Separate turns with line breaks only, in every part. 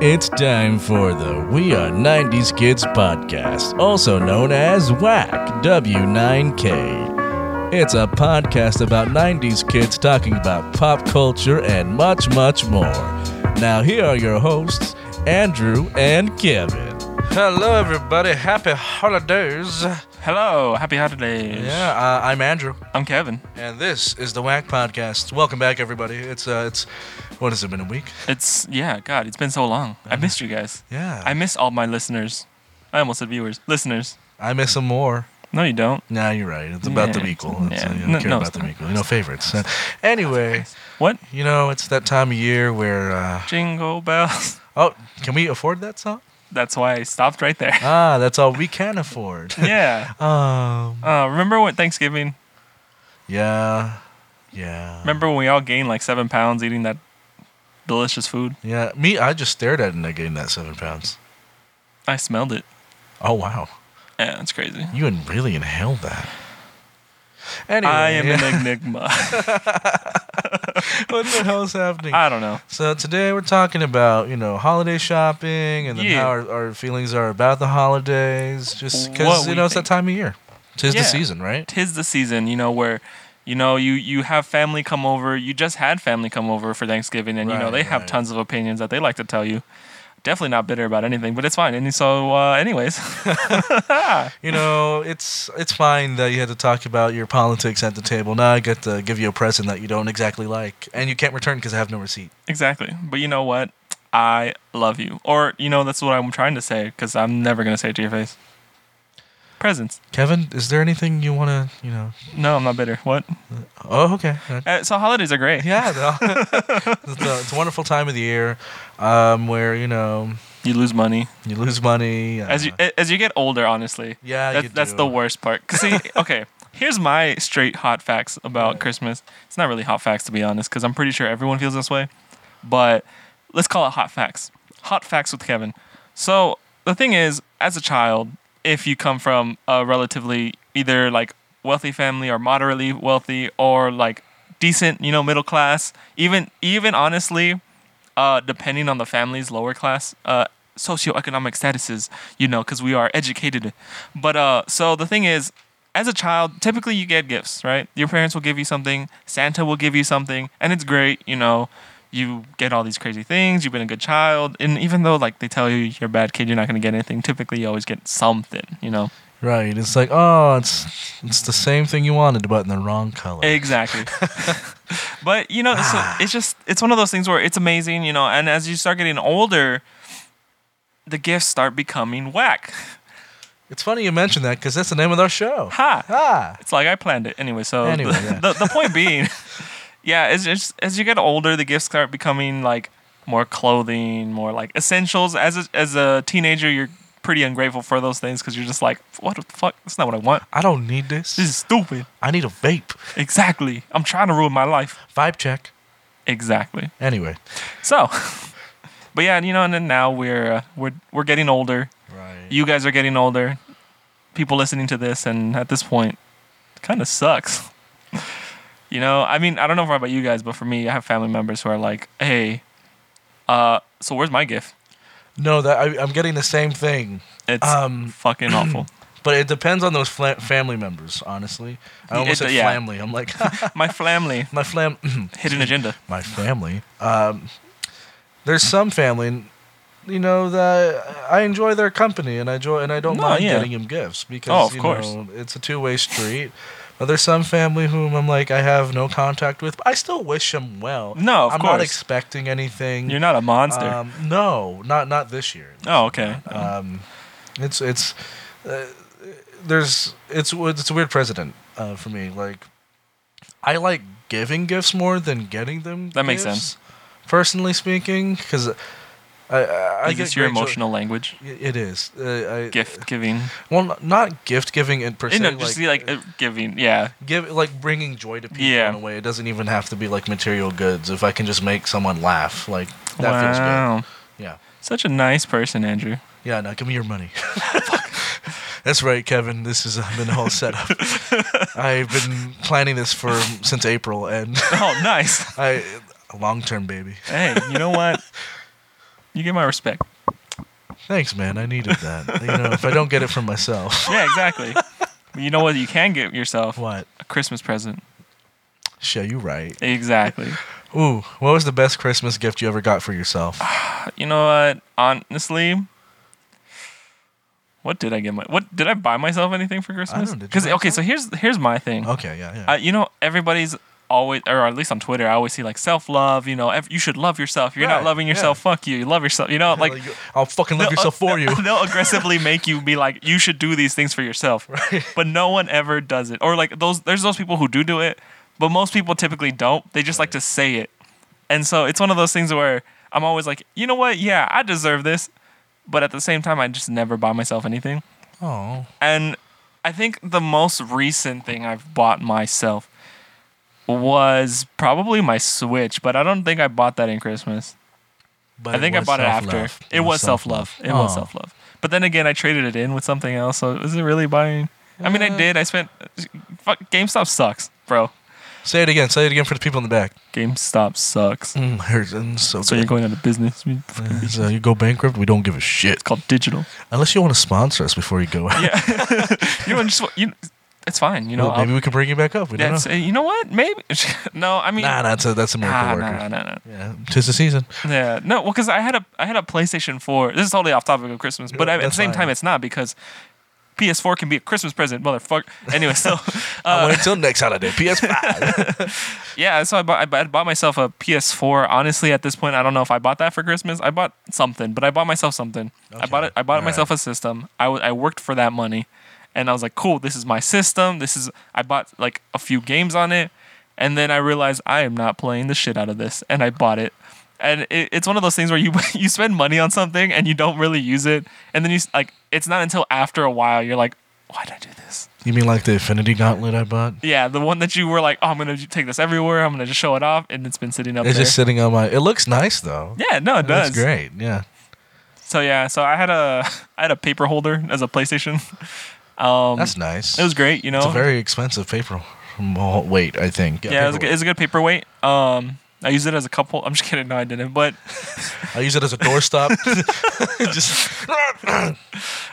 It's time for the We Are 90s Kids podcast, also known as WAC W9K. It's a podcast about 90s kids talking about pop culture and much, much more. Now, here are your hosts, Andrew and Kevin.
Hello, everybody. Happy holidays.
Hello, happy holidays.
Yeah, uh, I'm Andrew,
I'm Kevin.
and this is the Whack Podcast. Welcome back, everybody. It's uh, it's what has it been a week?
It's yeah, God, it's been so long. I missed you guys.
Yeah,
I miss all my listeners. I almost said viewers, listeners.
I miss them more.
No, you don't.
Nah, you're right. It's about
Yeah.
them equal. It's,
Yeah.
uh, you don't
No-
care
no,
about
it's
them
not.
equal. No favorites. Uh, anyway,
What?
you know it's that time of year where uh,
Jingle bells.
oh, can we afford that song?
That's why I stopped right there.
Ah, that's all we can afford.
yeah.
um,
Uh, remember when Thanksgiving?
yeah, yeah.
Remember when we all gained like seven pounds eating that delicious food?
Yeah, me. I just stared at it and I gained that seven pounds.
I smelled it.
Oh wow.
Yeah, that's crazy.
You en- really inhaled that. Anyway,
I am an enigma.
what the hell is happening?
I don't know.
so today we're talking about you know holiday shopping and then
Yeah.
how our, our feelings are about the holidays, just because
What
you
we
know it's that
think.
time of year. Tis
Yeah.
the season, right?
tis the season, you know, where you know you you have family come over. You just had family come over for Thanksgiving, and you know
Right,
they have
right.
tons of opinions that they like to tell you. Definitely not bitter about anything, but it's fine. And so, uh, anyways,
You know, it's it's fine that you had to talk about your politics at the table. Now I get to give you a present that you don't exactly like, and you can't return because I have no receipt.
exactly. But you know what? I love you, or you know that's what I'm trying to say because I'm never gonna say it to your face. Presents.
Kevin, is there anything you want to you know?
No, I'm not bitter. What?
Oh, okay.
Uh, so holidays are great.
Yeah, the- it's, a, it's a wonderful time of the year um, where you know
You lose money
you lose money. Uh,
as you as you get older. Honestly,
yeah,
That's,
you
that's
do.
the worst part. 'Cause See, okay, here's my straight hot facts about Christmas. It's not really hot facts to be honest, because I'm pretty sure everyone feels this way. But let's call it hot facts. Hot facts with Kevin. So the thing is, as a child, if you come from a relatively either like wealthy family or moderately wealthy or like decent, you know, middle class, even even honestly, uh, depending on the family's lower class uh, socioeconomic statuses, you know, because we are educated. But uh, so the thing is, as a child, typically you get gifts, right? Your parents will give you something, Santa will give you something, and it's great, you know. You get all these crazy things. You've been a good child, and even though like they tell you you're a bad kid, you're not gonna get anything. Typically, you always get something, you know.
Right. It's like, oh, it's it's the same thing you wanted, but Ah. in the wrong color.
Exactly. but you know, so it's just it's one of those things where it's amazing, you know. And as you start getting older, the gifts start becoming whack.
It's funny you mentioned that because that's the name of our show.
Ha!
Ah.
It's like I planned it anyway. So
Anyway,
the,
yeah.
the, the point being, yeah, it's just as you get older, the gifts start becoming like more clothing, more like essentials. As a, as a teenager, you're pretty ungrateful for those things because you're just like, what the fuck? That's not what I want.
I don't need this.
This is stupid.
I need a vape.
Exactly. I'm trying to ruin my life.
Vibe check.
Exactly.
Anyway.
So, but yeah, you know, and then now we're uh, we're we're getting older.
Right.
You guys are getting older. People listening to this, and at this point, it kind of sucks. You know, I mean, I don't know about you guys, but for me, I have family members who are like, "Hey, uh, so where's my gift?"
no, that I, I'm getting the same thing,
It's
Um,
fucking awful.
but it depends on those fla- family members. Honestly, I
It-
almost said
yeah.
family. I'm like
my family
my flam.
hidden agenda.
my family. Um, there's some family, you know, that I enjoy their company and I enjoy and I don't
No,
mind
yeah.
getting them gifts because
Oh, of
you
course.
know it's a two way street. But there's some family whom I'm like I have no contact with. But I still wish them well.
No, of
I'm not
course.
expecting anything.
You're not a monster.
Um, no, not not this year.
oh, okay.
Um, it's it's uh, there's it's it's a weird precedent uh, for me. Like I like giving gifts more than getting them.
That makes
gifts,
sense.
Personally speaking, because I I, I
is this
get
your
great joy-
emotional language?
Y- It is. Uh, I,
Gift giving.
Well, n- not gift giving in per se.
You know, just
like,
like, like uh, giving. Yeah,
give like bringing joy to people
Yeah.
in a way. It doesn't even have to be like material goods. If I can just make someone laugh, like that feels good.
wow.
Yeah.
Such a nice person, Andrew.
Yeah, no, give me your money. That's right, Kevin. This has uh, been a whole setup. I've been planning this for um, since April, and
Oh, nice.
I long term baby.
hey, you know what? You get my respect.
Thanks, man. I needed that. you know, if I don't get it from myself,
Yeah, exactly. you know what? You can get yourself
what?
a Christmas present.
Shit, you right.
Exactly.
Ooh, what was the best Christmas gift you ever got for yourself?
You know what? Honestly, what did I get my? What did I buy myself anything for Christmas?
did you
Because
buy
okay, so here's here's my thing.
Okay, yeah, yeah.
I, you know, everybody's always, or at least on Twitter, I always see like self love. You know, ev- you should love yourself. You're
Right,
not loving yourself. Fuck you. You love yourself. You know, like uh,
Like, I'll fucking love
they'll-
yourself for you.
They'll aggressively make you be like, you should do these things for yourself. But no one ever does it. Or like those, there's those people who do do it, but most people typically don't. They just like to say it. And so it's one of those things where I'm always like, you know what? Yeah, I deserve this. But at the same time, I just never buy myself anything.
Oh,
And I think the most recent thing I've bought myself was probably my Switch, but I don't think I bought that in Christmas.
but
I think I
was
bought it after.
self-love.
It was self love. It was
Aw.
self love. But then again, I traded it in with something else. So is it really buying? I mean, I did. I spent. Fuck, GameStop sucks, bro.
Say it again. Say it again for the people in the back.
GameStop sucks.
Mm, hurts. Mm, so,
So you're going out of business. You fucking bitch.
good.
It's
So you go bankrupt. We don't give a shit.
called digital.
Unless you want to sponsor us before you go out.
Yeah. you know, just you. It's fine. You know.
Well, maybe
I'll-
we can bring you back up. We don't
that's
know.
you know what? Maybe. no, I mean.
Nah, that's a, that's a
nah,
miracle
nah,
worker.
nah, nah.
Yeah, tis the season.
Yeah, no, well, because I had a I had a PlayStation Four. This is totally off topic of Christmas, but
Yeah,
I, at the
that's
same
fine.
time, it's not because PS4 can be a Christmas present, motherfucker. Anyway, so
I
uh,
wait until next holiday. PS5.
yeah, so I bought I bu- I bought myself a PS4. Honestly, at this point, I don't know if I bought that for Christmas. I bought something, but I bought myself something. I bought
Okay,
it. I bought
alright.
myself a system. I w- I worked for that money, and I was like, cool, this is my system. This is I bought like a few games on it, and then I realized I am not playing the shit out of this, and I bought it. And it, it's one of those things where you you spend money on something and you don't really use it, and then you s- like it's not until after a while you're like, why did I do this?
you mean like the Infinity Gauntlet I bought?
Yeah, the one that you were like, oh, I'm gonna take this everywhere. I'm gonna just show it off, and it's been sitting up
It's
there.
just sitting on my. It looks nice though.
yeah, no, it does. Mm.
That's great. Yeah.
So yeah, so I had a I had a paper holder as a PlayStation. Um,
That's nice.
it was great, you know.
It's a very expensive paper. mo- Wait, I think.
yeah, it was, a, good- it
paperweight.
was a good paperweight. Um, I used it as a couple. I'm just kidding. No, I didn't. But
I use it as a doorstop. Just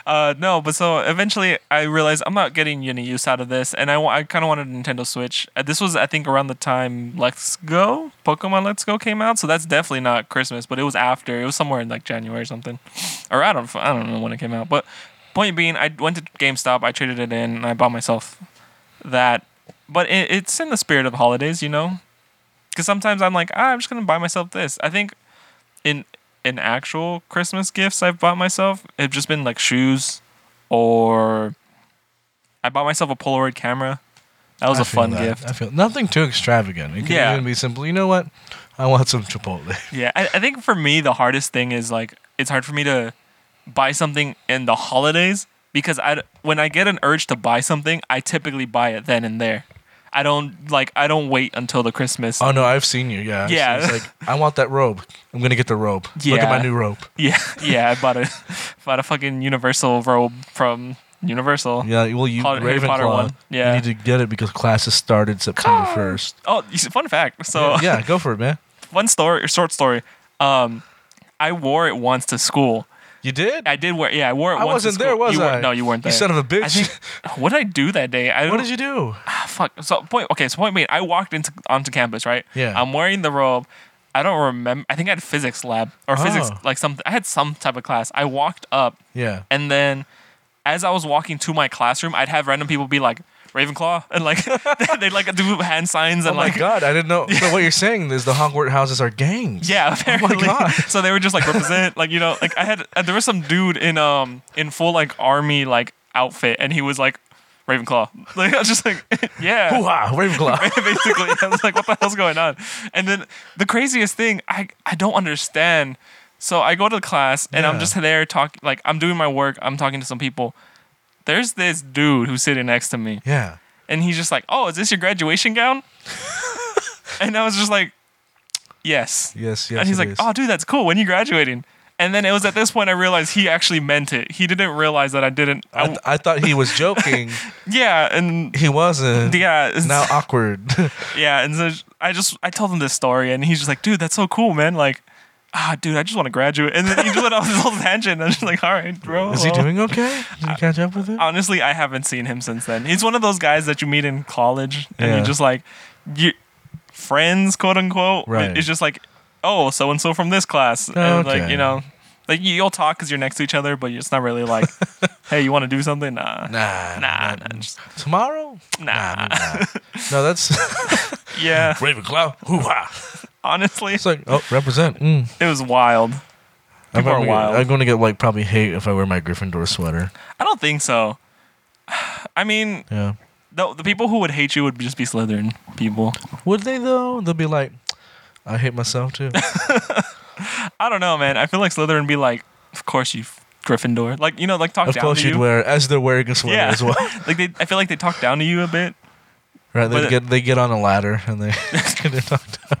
uh, no, but so eventually I realized I'm not getting any use out of this, and I, wa- I kind of wanted a Nintendo Switch. Uh, This was I think around the time Let's Go Pokemon Let's Go came out, so that's definitely not Christmas, but it was after. It was somewhere in like January or something, or I don't I don't know when it came out. But point being, I went to GameStop, I traded it in, and I bought myself that. But it, it's in the spirit of holidays, you know, because sometimes I'm like, ah, I'm just gonna buy myself this. I think in in actual Christmas gifts I've bought myself have just been like shoes or I bought myself a Polaroid camera. That was
a
a fun gift.
I feel nothing too extravagant. It can
Yeah.
even be simple. You know what? I want some Chipotle.
Yeah, I, I think for me the hardest thing is like it's hard for me to buy something in the holidays because I when I get an urge to buy something, I typically buy it then and there. I don't like I don't wait until the Christmas.
Oh no, I've seen you. Yeah. I've seen-
Yeah.
It's like I want that robe. I'm gonna get the robe. Look at
Yeah.
my new robe.
yeah, yeah, I bought a bought a fucking Universal robe from Universal.
Yeah. Well, you
Potter- Harry Potter
Ravenclaw,
one.
You
Yeah.
need to get it because classes started September first.
Oh, you see- fun fact. So
yeah, go for it, man.
one story, or short story. Um, I wore it once to school.
You did.
I did wear. Yeah, I wore it.
I
once to
wasn't there,
school.
was
you weren't-
I?
No, you weren't
You
there.
son of a
I
bitch.
think- what did I do that day? I
what
don't-
did you do?
ah, fuck. So point. Okay. So point being, I walked into onto campus. Right.
Yeah.
I'm wearing the robe. I don't remember. I think I had physics lab or physics
Oh.
like something. I had some type of class. I walked up
Yeah.
and then as I was walking to my classroom, I'd have random people be like Ravenclaw and like they'd like do hand signs and
Oh
like
my god, I didn't know. So what you're saying is the Hogwarts houses are gangs.
Yeah, apparently.
God.
So they were just like represent, like you know, like I had uh, there was some dude in um in full like army like outfit, and he was like Ravenclaw. Like I was just like, yeah.
Hoo-ha, Ravenclaw.
Basically, I was like, what the hell's going on? And then the craziest thing, I I don't understand. So I go to class and I'm
Yeah.
just there talking, like I'm doing my work. I'm talking to some people. There's this dude who's sitting next to me
yeah.
and he's just like, "Oh, is this your graduation gown?" and I was just like, "Yes."
Yes, yes,
And he's
it
like,
is.
"Oh, dude, that's cool. When you graduating?" And then it was at this point I realized he actually meant it. He didn't realize that I didn't. I-
I, th- I thought he was joking.
yeah, and
he wasn't.
yeah, it's-
Now awkward.
yeah, and so I just I told him this story, and he's just like, "Dude, that's so cool, man!" Like. ah, dude, I just want to graduate. And then he just went on this whole tangent. and I'm just like, all right, bro.
Is he
well."
doing okay? Did you catch up with him?
Honestly, I haven't seen him since then. He's one of those guys that you meet in college and
Yeah.
you're just like, you friends, quote unquote.
Right.
It's just like, oh, so and so from this class. And like,
Okay.
you know, like you- you'll talk because you're next to each other, but it's not really like, hey, you want to do something? Nah.
Nah,
Nah,
not-
nah, just-
Tomorrow?
Nah.
No, that's
Yeah.
Ravenclaw. Hoo ha!
Honestly,
It's like, oh, represent. Mm.
it was wild.
I'm,
People are
probably-
wild.
I'm going to get like probably hate if I wear my Gryffindor sweater.
I don't think so. I mean,
Yeah.
the, the people who would hate you would just be Slytherin people.
Would they though? They'll be like, I hate myself too.
I don't know, man. I feel like Slytherin be like, of course you f- Gryffindor. Like you know, like talk
of
down
course,
to
you'd
you.
wear as they're wearing a sweater
yeah,
as well.
like they, I feel like they talk down to you a bit.
Right? They
But-
get they get on a ladder and they. they're knocked out.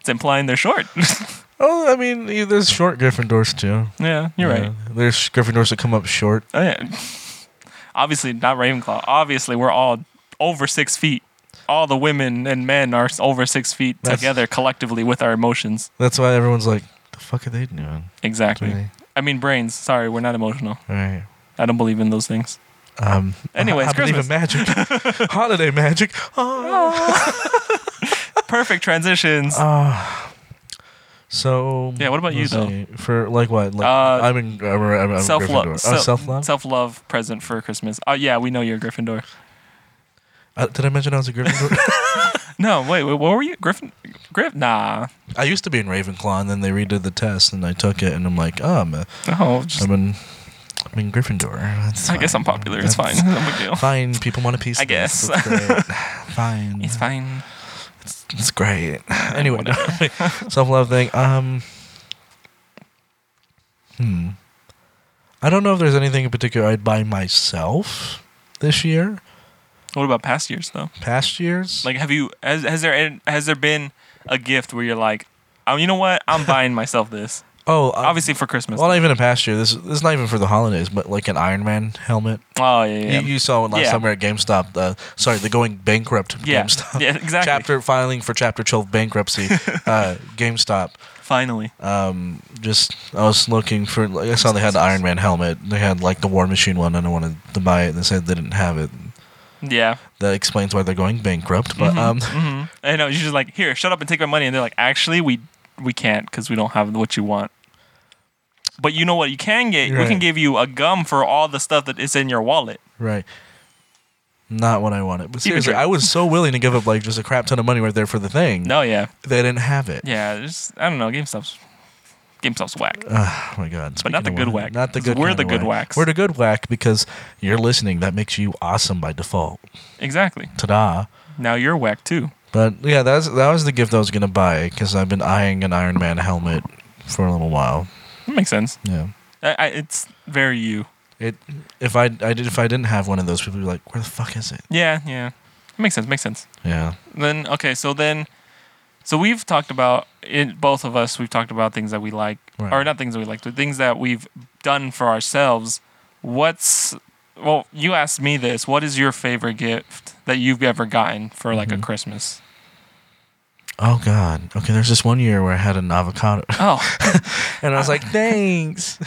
It's implying they're short.
oh, I mean, yeah, there's short Gryffindors too.
yeah, you're
Yeah.
right.
There's Gryffindors that come up short.
Oh, yeah. Obviously, not Ravenclaw. Obviously, we're all over six feet. All the women and men are s- over six feet
That's-
together collectively with our emotions.
That's why everyone's like, the fuck are they doing?
Exactly.
Really?
I mean, brains. Sorry, we're not emotional.
All right.
I don't believe in those things.
Um,
Anyways,
I, I believe in magic. Holiday magic. Oh.
Ah. Perfect transitions.
Ah. so
Yeah, what about you,
let's
though?
see, For like what? Like,
Uh,
I'm in. I'm, I'm, I'm
self
Gryffindor.
love.
Oh, self love.
Self love present for Christmas. Oh yeah, we know you're a Gryffindor.
Uh, did I mention I was a Gryffindor?
No, wait, wait what were you? Griffin? Griff? Nah.
I used to be in Ravenclaw, and then they redid the test, and I took it, and I'm like, oh, I'm, a,
Oh, just,
I'm in, I'm in Gryffindor. That's
I guess
fine.
I'm popular. It's fine.
That's
No big deal.
Fine. People want a piece.
I
of this.
guess.
It's great. fine.
It's fine.
It's great. anyway, self love thing. Um, hmm. I don't know if there's anything in particular I'd buy myself this year,
What about past years though?
past years.
Like, have you? Has, has there an- has there been a gift where you're like, oh, you know what? I'm buying myself this.
oh, uh,
Obviously for Christmas.
Well, not even a past year. This, this is not even for the holidays, but like an Iron Man helmet.
oh yeah, yeah.
You, you saw it last
Yeah.
time we were at GameStop. Uh, sorry, the going bankrupt
yeah,
GameStop.
yeah, exactly.
Chapter filing for Chapter 12 bankruptcy, uh, GameStop.
Finally,
um, just I was looking for. Like, I saw they had the Iron Man helmet. They had like the War Machine one, and I wanted to buy it. And they said they didn't have it.
yeah.
That explains why they're going bankrupt. But um,
hmm I know. You're just like, here, shut up and take my money. And they're like, actually, we we can't because we don't have what you want. But you know what? You can get. We can
Right.
give you a gum for all the stuff that is in your wallet.
right, not what I wanted. But
Keep it
seriously,
true.
I was so willing to give up like just a crap ton of money right there for the thing.
No, yeah,
they didn't have it.
yeah. There's, I don't know. GameStop's GameStop's whack.
Ah, Oh my god! Speaking
not the
of
good
whack-
whack,
Not the
'cause
good.
we're
kind
the
of
good
whack.
whacks.
We're the good whack because you're listening. That makes you awesome by default.
Exactly.
Ta-da!
Now you're whack too.
But yeah, that's that was the gift I was gonna buy because I've been eyeing an Iron Man helmet for a little while.
That makes sense.
Yeah.
I, I, it's very you.
It if I I did if I didn't have one of those, people would be like, "Where the fuck is it?"
Yeah, yeah. Makes sense. Makes sense.
Yeah,
Then okay, so then, so we've talked about in both of us. We've talked about things that we like,
Right.
or not things that we like, but things that we've done for ourselves. What's well, you asked me this. What is your favorite gift that you've ever gotten for like
Mm-hmm.
a Christmas?
Oh god. Okay, there's this one year where I had an avocado,
Oh,
and I was like, "Thanks."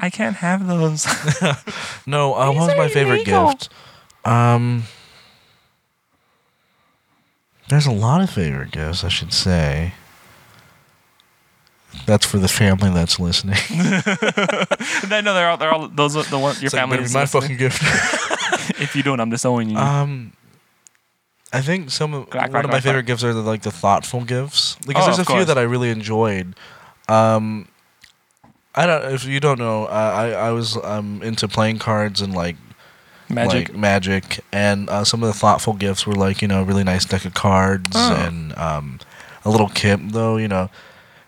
I can't have those.
No, uh, what was
are
my favorite
illegal.
gift? Um, there's a lot of favorite gifts, I should say. That's for the family that's listening.
no, no, they're all they're all those are the one your
It's like,
family.
better be
is
my
listening.
fucking gift.
if you don't, I'm disowning you.
um, I think some of
Clack,
one
clack,
of my
clack,
favorite gifts are the, like the thoughtful gifts because
Oh,
there's a
of
few
course.
that I really enjoyed. Um, I don't if you don't know, I I, I was um into playing cards and like
Magic.
like magic, and uh, some of the thoughtful gifts were like you know a really nice deck of cards
Oh.
and um, a little kit though you know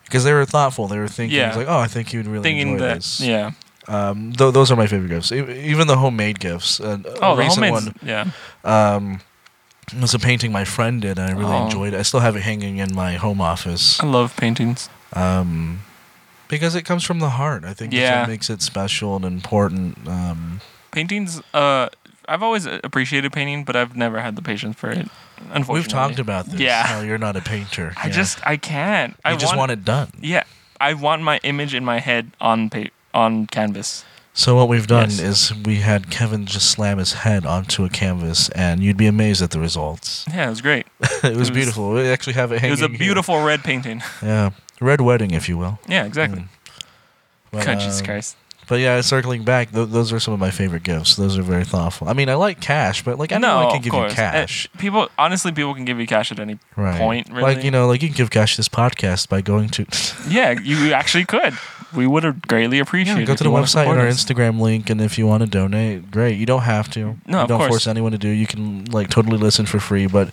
because they were thoughtful. They were thinking
Yeah.
it's like oh I think you'd really
Thinking
enjoy
that,
this.
yeah.
Um, th- those are my favorite gifts. E- even the homemade gifts. Uh,
Oh,
a
the
recent
homemade,
one
yeah.
um, it was a painting my friend did. And I really
Oh.
enjoyed it. I still have it hanging in my home office
I love paintings.
um, because it comes from the heart. I think
Yeah.
that's what makes it special and important. Um,
paintings uh i've always appreciated painting but i've never had the patience for it unfortunately
we've talked about this.
Yeah.
how you're not a painter.
i
Yeah.
just i can't i
You just want,
to
it done.
yeah I want my image in my head on pa- on canvas.
So what we've done
Yes.
is we had Kevin just slam his head onto a canvas, and you'd be amazed at the results.
Yeah, it was great.
it was
was-
beautiful. We actually have it
It
hanging.
was a
here.
beautiful red painting.
yeah, red wedding, if you will.
Yeah, exactly.
Mm, But,
God, Jesus
um,
Christ.
But yeah, circling back, th- those are some of my favorite gifts. Those are very thoughtful. I mean, I like cash, but like anyone
no,
can
of
give
course.
you
Uh,
cash.
people honestly, people can give you cash at any.
right.
point,
Like
really.
you know, like you can give cash to this podcast by going to
Yeah, you actually could. We would have greatly appreciated.
yeah, go
if
to
you
the
wanna
website
support
and our
us.
Instagram link, and if you want to donate, great. You don't have to.
No,
you
of
don't
course.
force anyone to do. You can like totally listen for free, but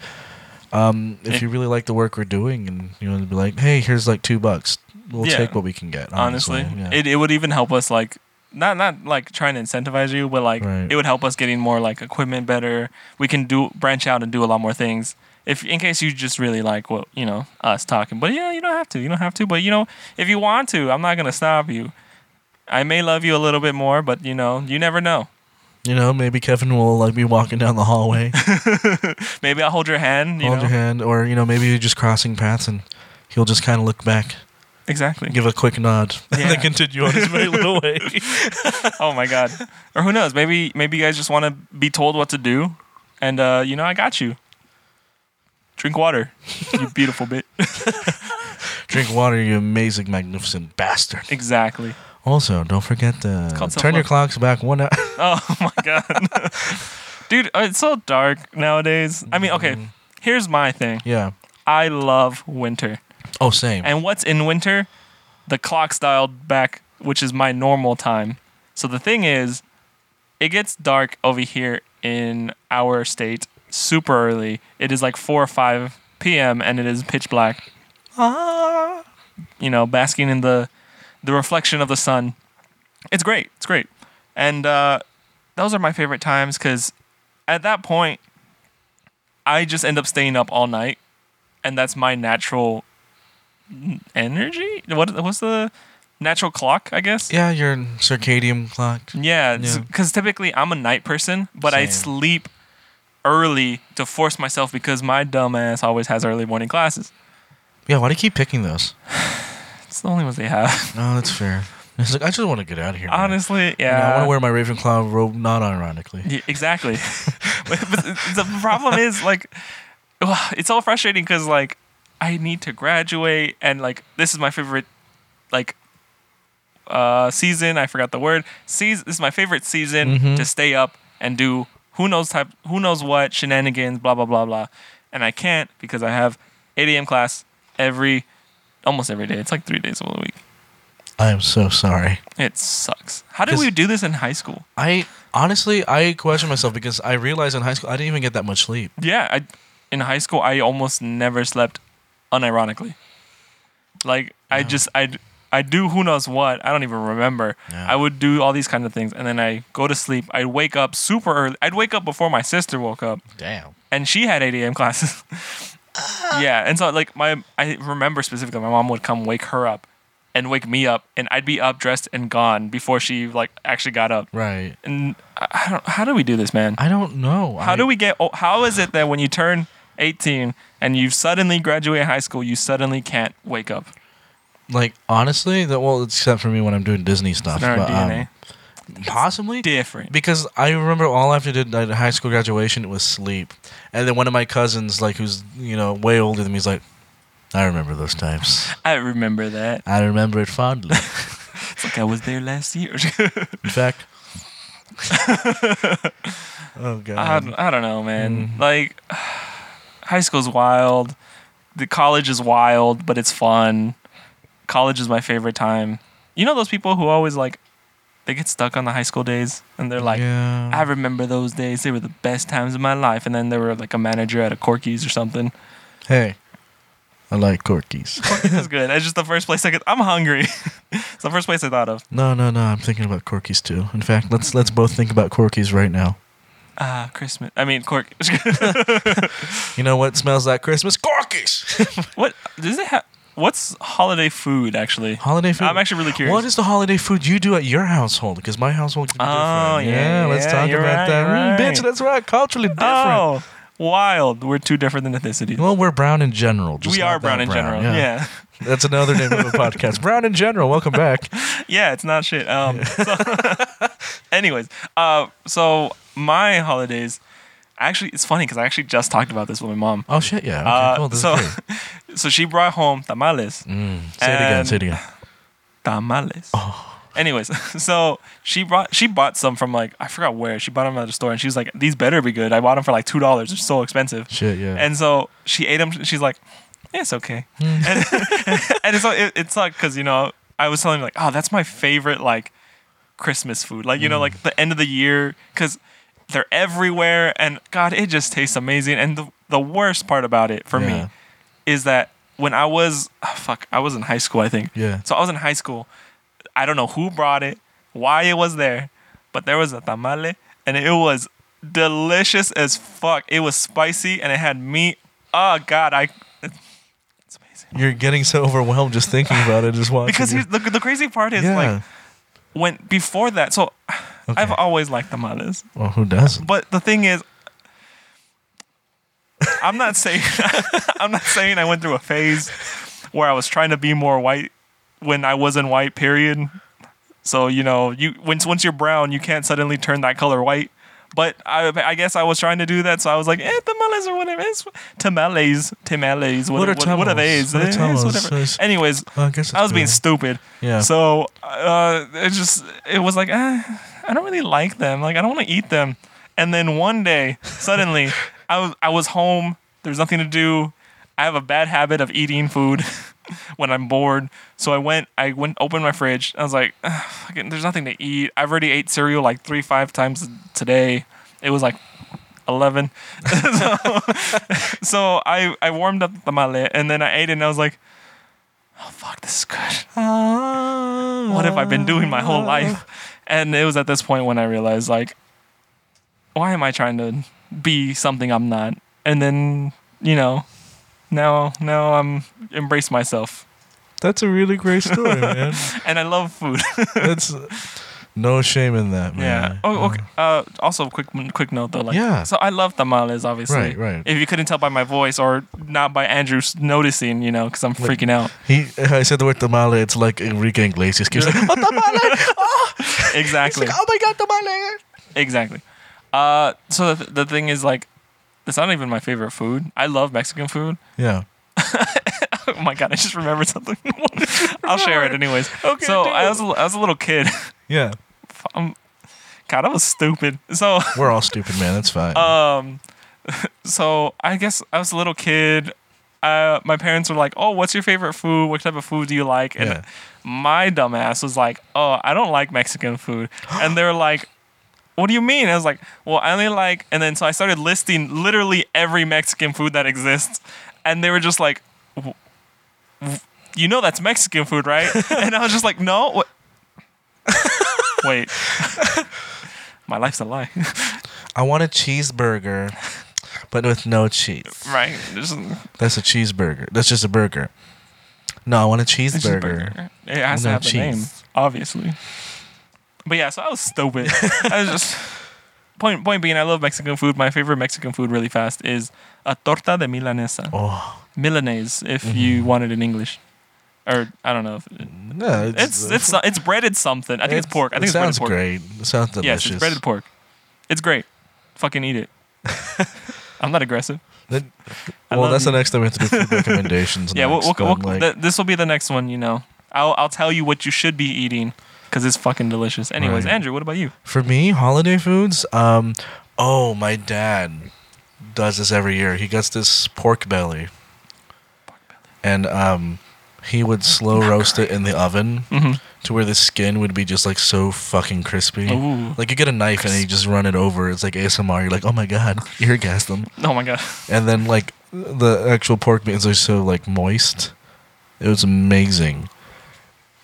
um, if
Yeah.
you really like the work we're doing, and you want to be like, hey, here's like two bucks, we'll
Yeah.
take what we can get. Honestly,
honestly.
Yeah.
It it would even help us like not not like trying to incentivize you, but like
Right.
it would help us getting more like equipment better. We can do branch out and do a lot more things. If in case you just really like what you know us talking, but yeah, you don't have to. You don't have to. But you know, if you want to, I'm not gonna stop you. I may love you a little bit more, but you know, you never know.
you know, maybe Kevin will like be walking down the hallway,
Maybe I'll hold your hand. You
hold
know,
your hand, or you know, maybe you're just crossing paths, and he'll just kind of look back,
exactly.
give a quick nod, and
Yeah.
then continue on his very little way.
oh my god. Or who knows? Maybe maybe you guys just want to be told what to do, and uh, you know, I got you. Drink water, you beautiful bit.
Drink water, you amazing, magnificent bastard.
Exactly.
Also, don't forget to
called
turn your
self-love.
clocks back one hour.
Oh my god, dude, uh, it's so dark nowadays. I mean, okay,
Mm-hmm.
here's my thing.
yeah.
I love winter,
Oh, same.
and what's in winter? The clock's dialed back, which is my normal time. So the thing is, it gets dark over here in our state super early. It is like four or five p.m. and it is pitch black. Ah, you know, basking in the the reflection of the sun. It's great. It's great. And uh, those are my favorite times because at that point, I just end up staying up all night, and that's my natural n- energy. What what's the natural clock? I guess.
yeah, your circadian clock.
Yeah,
Yeah.
because typically I'm a night person, but I
Same.
sleep early to force myself because my dumb ass always has early morning classes.
Yeah, why do you keep picking those?
It's the only ones they have.
No, that's fair. It's like I just want to get out of here. man.
Honestly,
You know,
yeah.
I want to wear my Ravenclaw robe, not ironically.
Yeah, exactly. but, but the problem is like, ugh, it's all frustrating because like, I need to graduate and like this is my favorite, like, uh, season. I forgot the word. Season. This is my favorite season to stay up and do who knows type who knows what shenanigans, blah blah blah blah, and I can't because I have 8 a.m. class every, almost every day. It's like three days of the week.
I am so sorry.
It sucks. How did
'Cause-
we do this in high school?
I honestly, I question myself because I realized in high school I didn't even get that much sleep.
Yeah, I, in high school, I almost never slept, unironically. Like I just I I do who knows what I don't even remember.
Yeah.
I would do all these kind of things, and then I go to sleep. I'd wake up super early. I'd wake up before my sister woke up,
Damn.
and she had 8 a.m. classes. yeah, and so like my I remember specifically, my mom would come wake her up, and wake me up, and I'd be up dressed and gone before she like actually got up.
Right.
And I, I don't. How do we do this, man?
I don't know.
How
I,
do we get? oh, How is it that when you turn 18 and you suddenly graduate high school, you suddenly can't wake up?
like honestly? That well, except for me when I'm doing Disney stuff.
In our
but, um,
DNA,
possibly.
different.
because I remember all I have to do at high school graduation was sleep, and then one of my cousins, like who's you know way older than me, is like, I remember those times.
I remember that.
I remember it fondly.
It's like I was there last year.
In fact, oh
I,
god,
don't- I don't know, man. Like high school's wild. The college is wild, but it's fun. College is my favorite time. You know those people who always like they get stuck on the high school days and they're like
yeah.
I remember those days. They were the best times of my life. And then there were like a manager at a Corky's or something.
hey, I like corkies.
That's good. That's just the first place I could. I'm hungry. it's the first place I thought of.
No, no, no. I'm thinking about corkies too. In fact, let's let's both think about corkies right now.
Ah, Christmas. I mean, cork.
You know what smells like Christmas? Corkies.
what does it have? What's holiday food actually?
Holiday food.
I'm actually really curious.
What is the holiday food you do at your household? Because my household can be
Oh,
different.
yeah,
let's
yeah,
talk
you're
about
right,
that.
you're
Mm,
right.
bitch, that's right. Culturally different.
Oh, wild. We're too different than ethnicity.
Well, we're brown in general. just
we
not
are
that
brown in general. yeah.
That's another name of a podcast. Brown in general. Welcome back.
Yeah, it's not shit. Um, so, anyways, uh, so my holidays, actually, it's funny because I actually just talked about this with my mom.
Oh shit, yeah. Okay,
Uh,
cool. This
so,
is great.
so she brought home tamales.
Say it again.
and-
Say it again.
Tamales.
Oh.
Anyways, so she brought she bought some from like I forgot where she bought them at the store, and she was like, "These better be good." I bought them for like two dollars. They're so expensive.
Shit, yeah.
And so she ate them. She's like, "Eh, "It's okay."
Mm.
and, and so it, it sucked because you know I was telling her like, "Oh, that's my favorite like Christmas food." Like
Mm.
you know, like the end of the year because they're everywhere, and God, it just tastes amazing. And the the worst part about it for
Yeah.
me is that when I was ah, fuck, I was in high school, I think.
Yeah.
So I was in high school. I don't know who brought it, why it was there, but there was a tamale and it was delicious as fuck. It was spicy and it had meat. Oh god, I it's amazing.
You're getting so overwhelmed just thinking about it. Just watching.
Because
you.
here's, the the crazy part is
yeah.
like when before that, so I've
Okay.
always liked tamales.
well, who doesn't?
But the thing is, I'm not saying I'm not saying I went through a phase where I was trying to be more white when I wasn't white. Period. So you know, you once once you're brown, you can't suddenly turn that color white. But I, I guess I was trying to do that, so I was like, eh, tamales or whatever. It's tamales, tamales. What,
What are
what, what are they?
tamales? What are
It's
tamales?
whatever.
It's-
Anyways,
Well, I guess
I was
it's
being
good.
stupid.
Yeah.
So uh, it just it was like eh, I don't really like them. Like I don't want to eat them. And then one day, suddenly, I was I was home. There's nothing to do. I have a bad habit of eating food when I'm bored. So I went I went opened my fridge. I was like, "Ugh, fucking, there's nothing to eat. I've already ate cereal like three five times today. It was like. 11 so, so I, I warmed up the tamale and then I ate it and I was like oh fuck this is good what have I been doing my whole
Ah.
life? And it was at this point when I realized, like, why am I trying to be something I'm not? And then, you know, now now I'm embrace myself.
That's a really great story, man.
And I love food.
That's no shame in that,
yeah.
man.
Oh, okay. Uh, also, quick quick note though, like,
Mm. Yeah.
So I love tamales, obviously.
Right, right.
If you couldn't tell by my voice or not by Andrew's noticing, you know, because I'm freaking out.
He, I said the word tamale. It's like Enrique Iglesias. He's like, oh,
Exactly.
my god, tamale.
Exactly. Uh, so the, the thing is, like, it's not even my favorite food. I love Mexican food.
Yeah.
Oh my god, I just remembered something. I'll share it anyways.
Okay,
So
do
I
it.
was, a- I was a little kid.
Yeah.
i god, I was stupid. So
We're all stupid, man. That's fine.
um, so I guess I was a little kid. Uh, my parents were like, "Oh, what's your favorite food? What type of food do you like?" And
Yeah.
my dumbass was like, "Oh, I don't like Mexican food." And they were like, "What do you mean?" I was like, "Well, I only like." And then so I started listing literally every Mexican food that exists, and they were just like, "W- w- "You know that's Mexican food, right?" and I was just like, "No, what?" Wait, my life's a lie.
I want a cheeseburger, but with no cheese.
Right. There's a
That's a cheeseburger. That's just a burger. No, I want a
it's just a
cheeseburger.
burger. It has to
No
have the name,
cheese.
obviously. But yeah, so I was stupid. I was just point point being, I love Mexican food. My favorite Mexican food, really fast, is a torta de milanesa,
Oh, Mm-hmm.
milanese, if you want it in English, or I don't know. If
no,
it's it's it's, breaded something. I think it's, pork. I think
it
it's breaded
sounds
pork.
great. It sounds
Yes,
delicious.
it's breaded pork. It's great. Fucking eat it. I'm not aggressive.
That-
I
well,
love
that's
you.
the next time we have to do food recommendations.
Yeah, we'll,
next,
we'll,
but,
we'll,
like,
th- this will be the next one, you know. I'll, I'll tell you what you should be eating because it's fucking delicious. Anyways,
Right.
Andrew, what about you?
For me, holiday foods. Um, oh, my dad does this every year. He gets this pork belly, and um, he would slow roast it in the oven to where the skin would be just like so fucking crispy.
Ooh.
Like you get a knife and you just run it over. It's like ASMR. You're like, oh my god, eargasm.
Oh my god.
And then like the actual pork meat is like so like moist. It was amazing.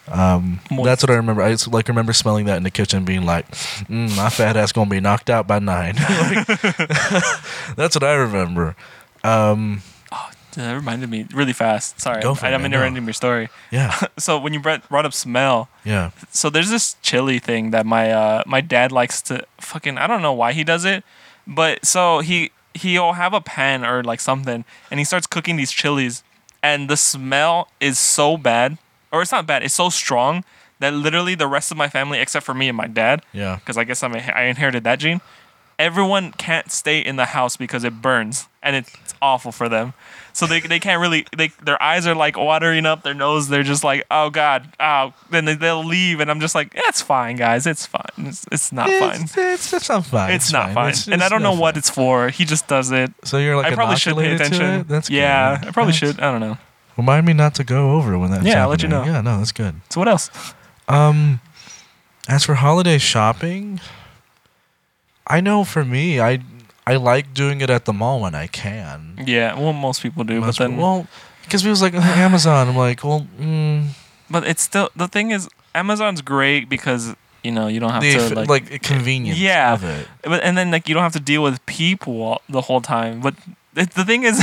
Um,
Moist.
that's what I remember. I just, like remember smelling that in the kitchen, being like, mm, "My fat ass gonna be knocked out by nine. Like, that's what I remember. Um,
Oh, dude, that reminded me really fast. Sorry,
Go for
I,
it,
I'm
man,
interrupting your story.
yeah,
So when you brought brought up smell,
yeah.
so there's this chili thing that my uh, my dad likes to fucking I don't know why he does it, but so he he'll have a pan or like something, and he starts cooking these chilies, and the smell is so bad, or it's not bad, it's so strong that literally the rest of my family, except for me and my dad,
Yeah.
because I guess I'm a, I inherited that gene. Everyone can't stay in the house because it burns and it's awful for them. So they, they can't really they their eyes are like watering up their nose. They're just like oh god oh then they, they'll leave and I'm just like it's fine guys it's fine it's, it's not fine
It's, it's, it's not fine.
it's, not fine
It's-
and I
it's
don't know
not
what
fine.
it's for. He just does it.
So you're like
I probably should pay
inoculated to
attention.
it? That's
yeah
good.
I probably
That's-
should I don't know.
Remind me not to go over when that's
Yeah, I'll let you
happening.
know.
Yeah, no, that's good.
So what else?
Um, as for holiday shopping, I know for me, I I like doing it at the mall when I can.
Yeah well most people do
Most-
but then
well, because we was like Amazon, I'm like, well, mm,
but it's still the thing is Amazon's great because you know you don't have
the
to
like, like convenience
Yeah.
of it.
but and then like you don't have to deal with people all- the whole time. But th- the thing is,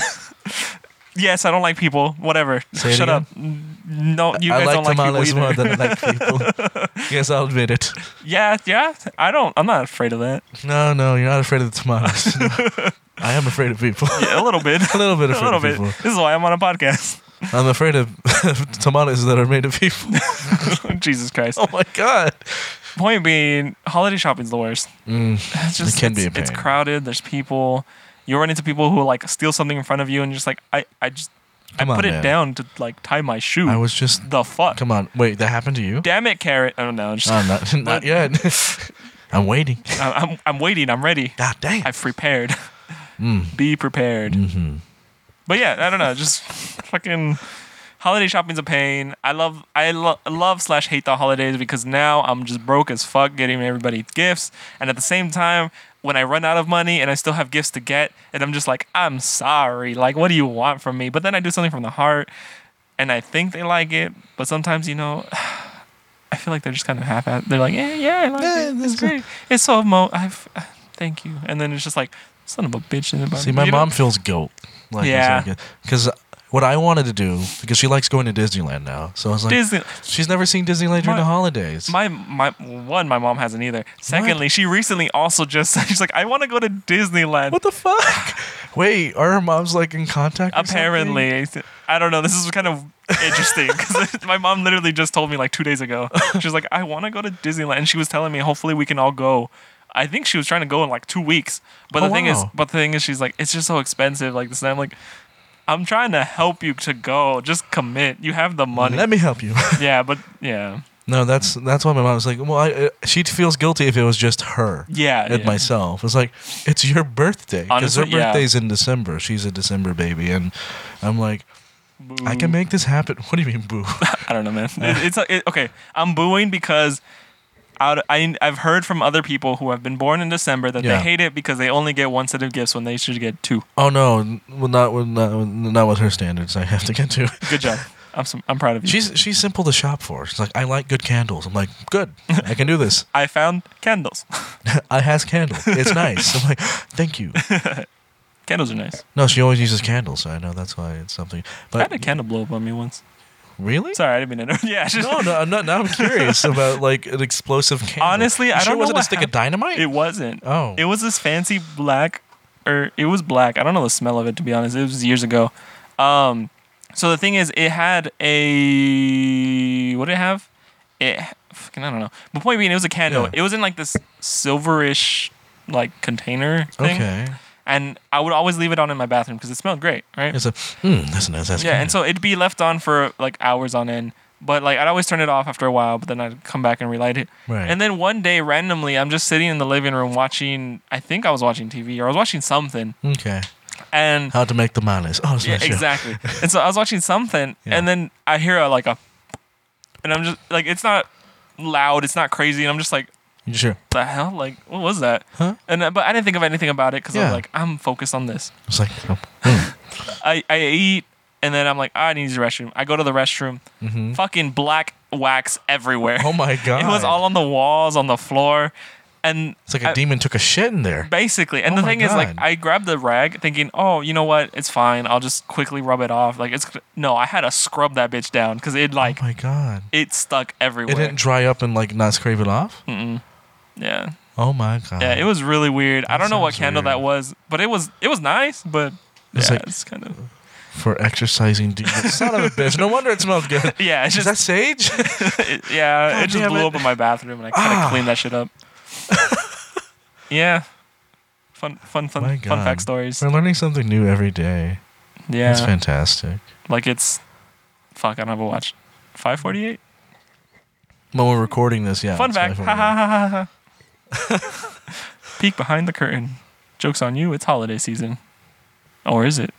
yes, I don't like people. Whatever,
Say it
shut up. N- No, you
I
guys
like
don't like people
tamales
either.
more than I like people. yes, I'll admit it.
yeah, yeah. I don't. I'm not afraid of that.
No, no, you're not afraid of the tamales. I am afraid of people.
Yeah, a little bit.
a little bit
a
afraid
little
of
bit.
people.
This is why I'm on a podcast.
I'm afraid of tamales that are made of people.
Jesus Christ.
oh my god.
Point being, holiday shopping's the worst.
Mm,
It's just
can
it's,
be a
it's
pain.
crowded. There's people. You run into people who like steal something in front of you and you're just like I I just
Come
I
on,
put it
man.
down to like tie my shoe.
I was just.
the fuck.
Come on. Wait, that happened to you?
Damn it, carrot. I don't know. Just,
Oh, not, not yet. I'm waiting.
I- I'm, I'm waiting. I'm ready.
God dang.
I've prepared.
Mm.
Be prepared.
hmm
But yeah, I don't know. Just fucking holiday shopping's a pain. I love I lo- love slash hate the holidays because now I'm just broke as fuck getting everybody gifts, and at the same time, when I run out of money and I still have gifts to get, and I'm just like, I'm sorry. Like, what do you want from me? But then I do something from the heart, and I think they like it. But sometimes, you know. I feel like they're just kind of half at. They're like, yeah, yeah, I like
Yeah,
it.
that's
It's great. It's so emo. I've, thank you. And then it's just like, son of a bitch. and
See, my
Um, you
mom
don't-
feels guilt. Like,
Yeah.
Because what I wanted to do, because she likes going to Disneyland now. So I was like,
Disney.
she's never seen Disneyland during
My-
the holidays.
My my one, my mom hasn't either. Secondly, she recently also just she's like, I want to go to Disneyland.
what the fuck? Wait, are her moms like in contact? or something?
Apparently, I don't know. This is kind of interesting because my mom literally just told me like two days ago. She's like, I want to go to Disneyland, and she was telling me hopefully we can all go. I think she was trying to go in like two weeks, but
Oh,
the thing is,
wow.
but the thing is, she's like, it's just so expensive. Like this, and I'm like, I'm trying to help you to go. Just commit. You have the money.
Let me help you.
yeah, but yeah,
no, that's that's why my mom was like, well, I, uh, she feels guilty if it was just her.
yeah.
and
yeah.
myself. It's like it's your birthday because her
Honestly, yeah.
birthday's in December. She's a December baby, and I'm like, I can make this happen. What do you mean, boo?
I don't know, man. It, it's it, okay. I'm booing because out, I I've heard from other people who have been born in December that
Yeah.
they hate it because they only get one set of gifts when they should get two.
oh no, n- well, not with not, with- not with her standards. I have to get to.
Good job. I'm s I'm proud of you.
She's she's simple to shop for. She's like, I like good candles. I'm like, good. I can do this.
I found candles.
I has candle. It's nice. I'm like, thank you.
candles are nice.
No, she always uses candles. So I know that's why it's something.
I
But
had a candle blow up on me once.
really,
Sorry, I didn't mean to. interrupt. Yeah, it's just,
no, no, I'm not. Now I'm curious about like an explosive candle.
Honestly,
You
I
sure
don't know
wasn't a
what
stick
hap-
of dynamite.
it wasn't.
oh,
It was this fancy black, or it was black. I don't know the smell of it to be honest. It was years ago. Um, so the thing is, it had a what did it have? It fucking I don't know. But point being, it was a candle.
Yeah.
It was in like this silverish like container thing,
okay.
and I would always leave it on in my bathroom because it smelled great, right?
It's a hmm. That's a nice. That's
yeah, and so it'd be left on for like hours on end. But like I'd always turn it off after a while, but then I'd come back and relight it.
Right.
And then one day, randomly, I'm just sitting in the living room watching. I think I was watching TV or I was watching something,
Okay.
and
How to make the tamales? Oh, it's
yeah,
not sure.
exactly. and so I was watching something,
Yeah.
and then I hear a, like a, and I'm just like, it's not loud, it's not crazy, and I'm just like,
You sure?
the hell, like, what was that?
Huh?
And uh, but I didn't think of anything about it because
Yeah.
I'm like, I'm focused on this.
It's like oh, hmm.
I I eat, and then I'm like, "Ah, I need to use the restroom. I go to the restroom. Fucking black wax everywhere.
Mm-hmm. oh my god!
It was all on the walls, on the floor, and
It's like a
I-
demon took a shit in there.
Basically, and
Oh
the
my
thing is, like,
God.
I grabbed the rag, thinking, "Oh, you know what? It's fine. I'll just quickly rub it off." Like, it's no, I had to scrub that bitch down because it
Oh
like
my god!
it stuck
It
everywhere.
didn't dry up and like not scrape it off.
yeah,
Oh my god.
Yeah, it was really weird. I
That
don't know what
sounds
candle
weird.
that was, but it was it was nice, but
It's
yeah,
like-
it's kind of
for exercising demons. Son of a bitch. No wonder it smelled good.
yeah, it's
Is that
just
sage?
it- yeah,
God
it just
damn
blew
it.
up in my bathroom, and I kind of
Ah.
cleaned that shit up. yeah, fun fun fun
My
fun fact
God.
stories.
We're learning something new every day.
Yeah,
That's fantastic.
like it's fuck. I don't have a watch. Five forty eight.
When we're recording this, yeah.
Fun
it's
fact. Ha
definitely-
ha ha ha ha. Peek behind the curtain. Joke's on you. It's holiday season. Or is it?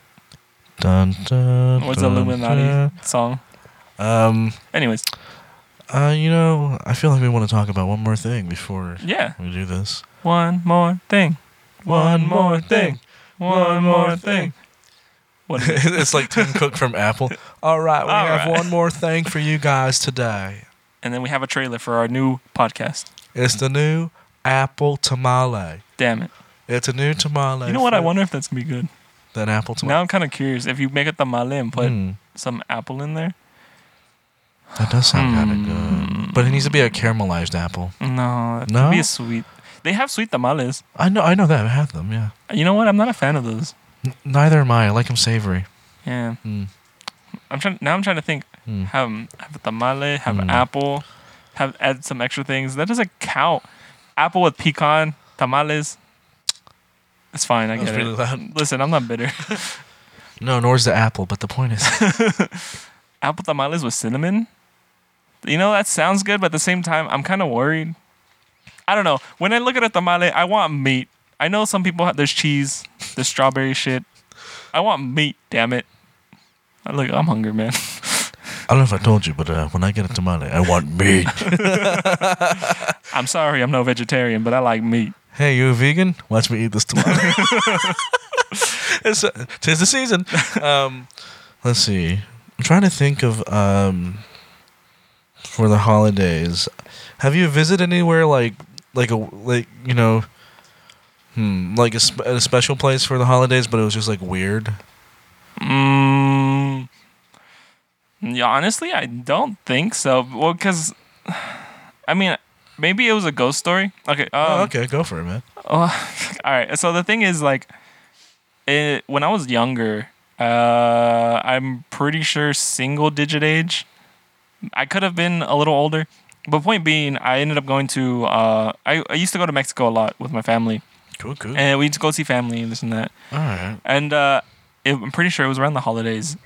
Dun, dun,
What's the
dun,
Illuminati song?
dun. Um,
Anyways,
uh, you know, I feel like we want to talk about one more thing before
yeah.
we do this.
One more thing. One more thing. One more thing. What is it?
it's like Tim Cook from Apple. All right, we
All
have
right.
one more thing for you guys today.
And then we have a trailer for our new podcast.
It's the new apple tamale.
Damn it.
It's a new tamale.
You know what? I
for-
wonder if that's going to be good.
That apple tamale.
Now I'm kind of curious. If you make it the male and put
Mm,
some apple in there.
that does sound kind of
Mm.
good, but it needs to be a caramelized apple.
No. That
No?
would be a sweet. They have sweet tamales.
I know, I know that. I had them. Yeah.
You know what? I'm not a fan of those.
N- neither am I. I like them savory.
Yeah.
Mm,
I'm trying now I'm trying to think
mm.
have have a tamale, have an
Mm.
apple, have add some extra things. That doesn't count. Apple with pecan, tamales. It's fine, I
That was
get
really
it.
loud.
Listen, I'm not bitter.
No, nor is the apple. But the point is,
apple tamales with cinnamon. You know, that sounds good, but at the same time, I'm kind of worried. I don't know. When I look at a tamale, I want meat. I know some people have, there's cheese, there's strawberry shit. I want meat, damn it. I look, I'm hungry, man.
I don't know if I told you, but uh, when I get a tamale, I want meat.
I'm sorry, I'm no vegetarian, but I like meat.
hey, you a vegan? Watch me eat this tamale. it's, uh, tis the season. Um, let's see. I'm trying to think of um, for the holidays. Have you visited anywhere like like a like you know, hmm, like a, sp- a special place for the holidays, but it was just like weird.
Mm, yeah, honestly, I don't think so. Well, because, I mean, maybe it was a ghost story. Okay. Um,
oh, okay, go for it, man.
Oh, all right. So the thing is, like, it, when I was younger, uh, I'm pretty sure single digit age. I could have been a little older, but point being, I ended up going to. Uh, I, I used to go to Mexico a lot with my family,
Cool, cool.
and we used to go see family and this and that.
All right.
And uh, it, I'm pretty sure it was around the holidays,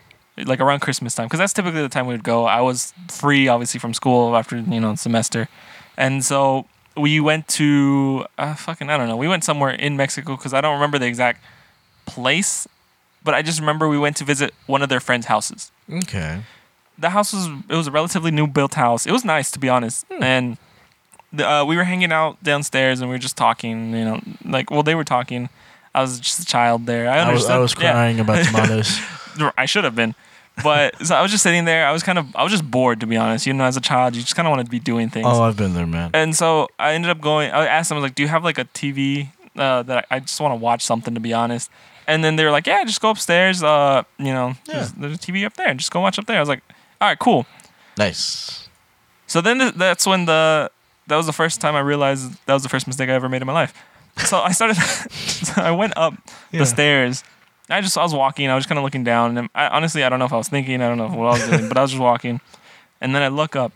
like around Christmas time, because that's typically the time we would go. I was free, obviously, from school after you know semester, and so we went to uh, fucking I don't know. We went somewhere in Mexico because I don't remember the exact place, but I just remember we went to visit one of their friends' houses
Okay.
the house was it was a relatively new built house. It was nice to be honest,
Hmm.
and the, uh, we were hanging out downstairs and we were just talking. You know, like well they were talking. I was just a child there. I,
I was,
understood.
I was
yeah.
crying about tomatoes.
I should have been, but so I was just sitting there. I was kind of I was just bored to be honest. You know, as a child, you just kind of want to be doing things.
oh, I've been there, man.
And so I ended up going. I asked them, I was like, "Do you have like a TV uh, that I, I just want to watch something?" To be honest. And then they were like, "Yeah, just go upstairs. Uh, you know, there's, there's a TV up there. Just go watch up there." I was like, "All right, cool."
Nice.
So then th- that's when the that was the first time I realized that was the first mistake I ever made in my life. So I started. so I went up
Yeah.
the stairs. I just I was walking. I was kind of looking down, and I, honestly I don't know if I was thinking. I don't know what I was doing, but I was just walking. And then I look up.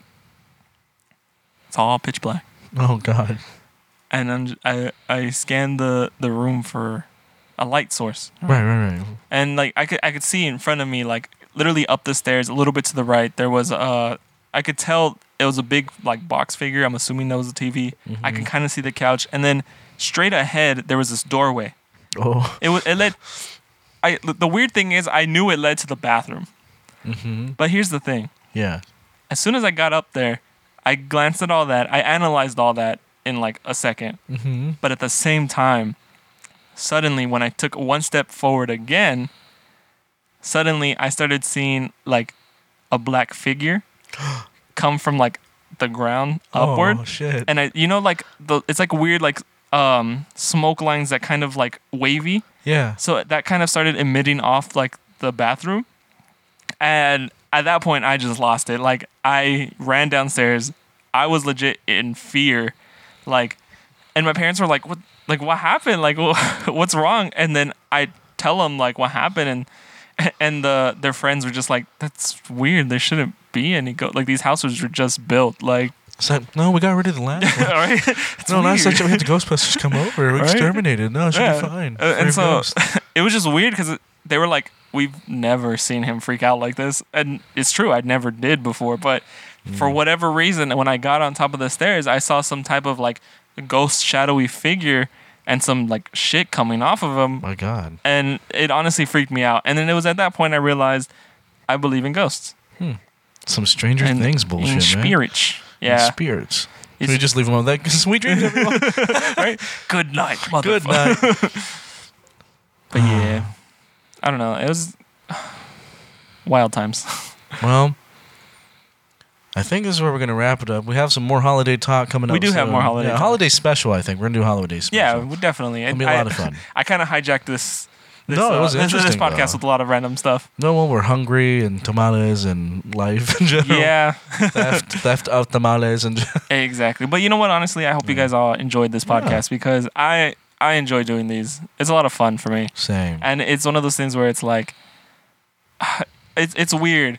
It's all pitch black,
Oh God.
and I'm j- I I scanned the the room for a light source,
Right, right, right.
and like I could I could see in front of me like literally up the stairs a little bit to the right there was uh I could tell it was a big like box figure I'm assuming that was a TV I
Mm-hmm.
could kind of see the couch and then straight ahead there was this doorway
Oh.
it was it led I the weird thing is I knew it led to the bathroom
Mm-hmm.
but here's the thing
Yeah.
as soon as I got up there I glanced at all that I analyzed all that in like a second
Mm-hmm.
but at the same time, suddenly when I took one step forward again, suddenly I started seeing like a black figure come from like the ground upward.
Oh shit.
And I you know like the it's like weird like um smoke lines that kind of like wavy.
yeah.
So that kind of started emitting off like the bathroom. And at that point, I just lost it. Like, I ran downstairs. I was legit in fear. Like, and my parents were like, "What? Like what happened? Like wh- what's wrong?" And then I tell them like what happened, and and the their friends were just like, "That's weird. There shouldn't be any goat. Like these houses were just built. Like
It's like, no, we got rid of the last one.
all right, it's
no, last
weird."
time we had the Ghostbusters come over. We
Right?
exterminated. No, it should
Yeah.
be fine.
Uh, and
Free
so
ghosts.
it was just weird because they were like, "We've never seen him freak out like this," and it's true, I never did before. But
Mm.
for whatever reason, when I got on top of the stairs, I saw some type of like ghost, shadowy figure, and some like shit coming off of him,
my God.
and it honestly freaked me out. And then it was at that point I realized I believe in ghosts
Some Stranger
and
Things
in
bullshit, man.
spirits. Yeah.
Spirits. Can
It's-
we just leave them on that? Because we dreamed everyone.
Good night, motherfucker.
Good night.
But yeah, I don't know. It was wild times.
Well, I think this is where we're going to wrap it up. We have some more holiday talk coming up.
We do have
soon.
more holiday
Yeah,
talk.
holiday special, I think. We're going to do holiday special.
Yeah, we definitely.
It'll be
a
a lot of fun.
I kind of hijacked this. this
No, it
uh,
was
this- This
interesting,
podcast
though.
with a lot of random stuff.
No, well, we're hungry and tamales and life in general.
Yeah,
Theft, theft of tamales and
exactly. But you know what? Honestly, I hope you guys all enjoyed this podcast because I I enjoy doing these. It's a lot of fun for me,
same.
and it's one of those things where it's like, it's it's weird.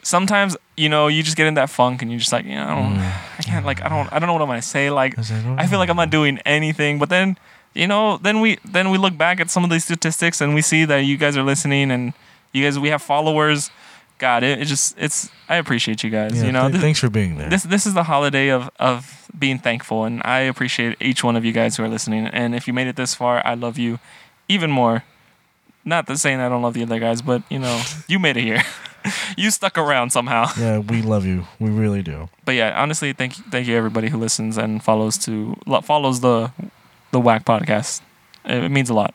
Sometimes you know you just get in that funk and you're just like, you know, I, don't,
Mm.
I can't like I don't I don't know what I'm gonna say. Like I feel like I'm
"Oh,
not doing anything. But then, you know, then we then we look back at some of these statistics and we see that you guys are listening and you guys we have followers. God, it, it just it's I appreciate you guys.
Yeah,
you know,
th-
this,
thanks for being there.
this this is the holiday of of being thankful, and I appreciate each one of you guys who are listening. And if you made it this far, I love you even more. Not that saying I don't love the other guys, but you know, you made it here. you stuck around somehow
yeah, we love you. We really do.
but yeah, honestly, thank thank you everybody who listens and follows to lo- follows the the Whack podcast. It, it means a lot.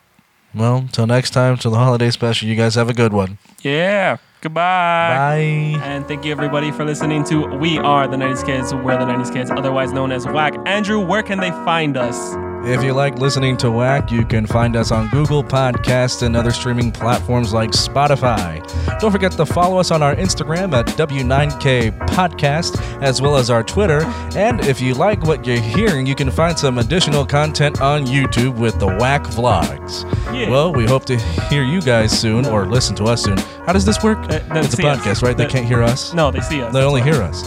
Well, till next time, till the holiday special, you guys have a good one.
Yeah. Goodbye.
Bye.
And thank you everybody for listening to We Are the 90s Kids. We're the 90s Kids, otherwise known as Whack. Andrew, where can they find us?
If you like listening to Whack, you can find us on Google Podcasts and other streaming platforms like Spotify. Don't forget to follow us on our Instagram at W9K Podcast, as well as our Twitter. And if you like what you're hearing, you can find some additional content on YouTube with the Whack Vlogs.
Yeah.
Well, we hope to hear you guys soon or listen to us soon. How does this work?
Uh, no,
it's a
see us.
podcast, right? They
Uh,
can't hear us.
No, they see us.
They only hear us.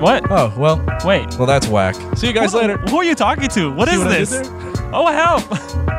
What?
Oh, well,
Wait.
well, that's Whack. See you guys
Who-
later.
Who are you talking to? What
See
is
what I did
this?
there?
Oh help!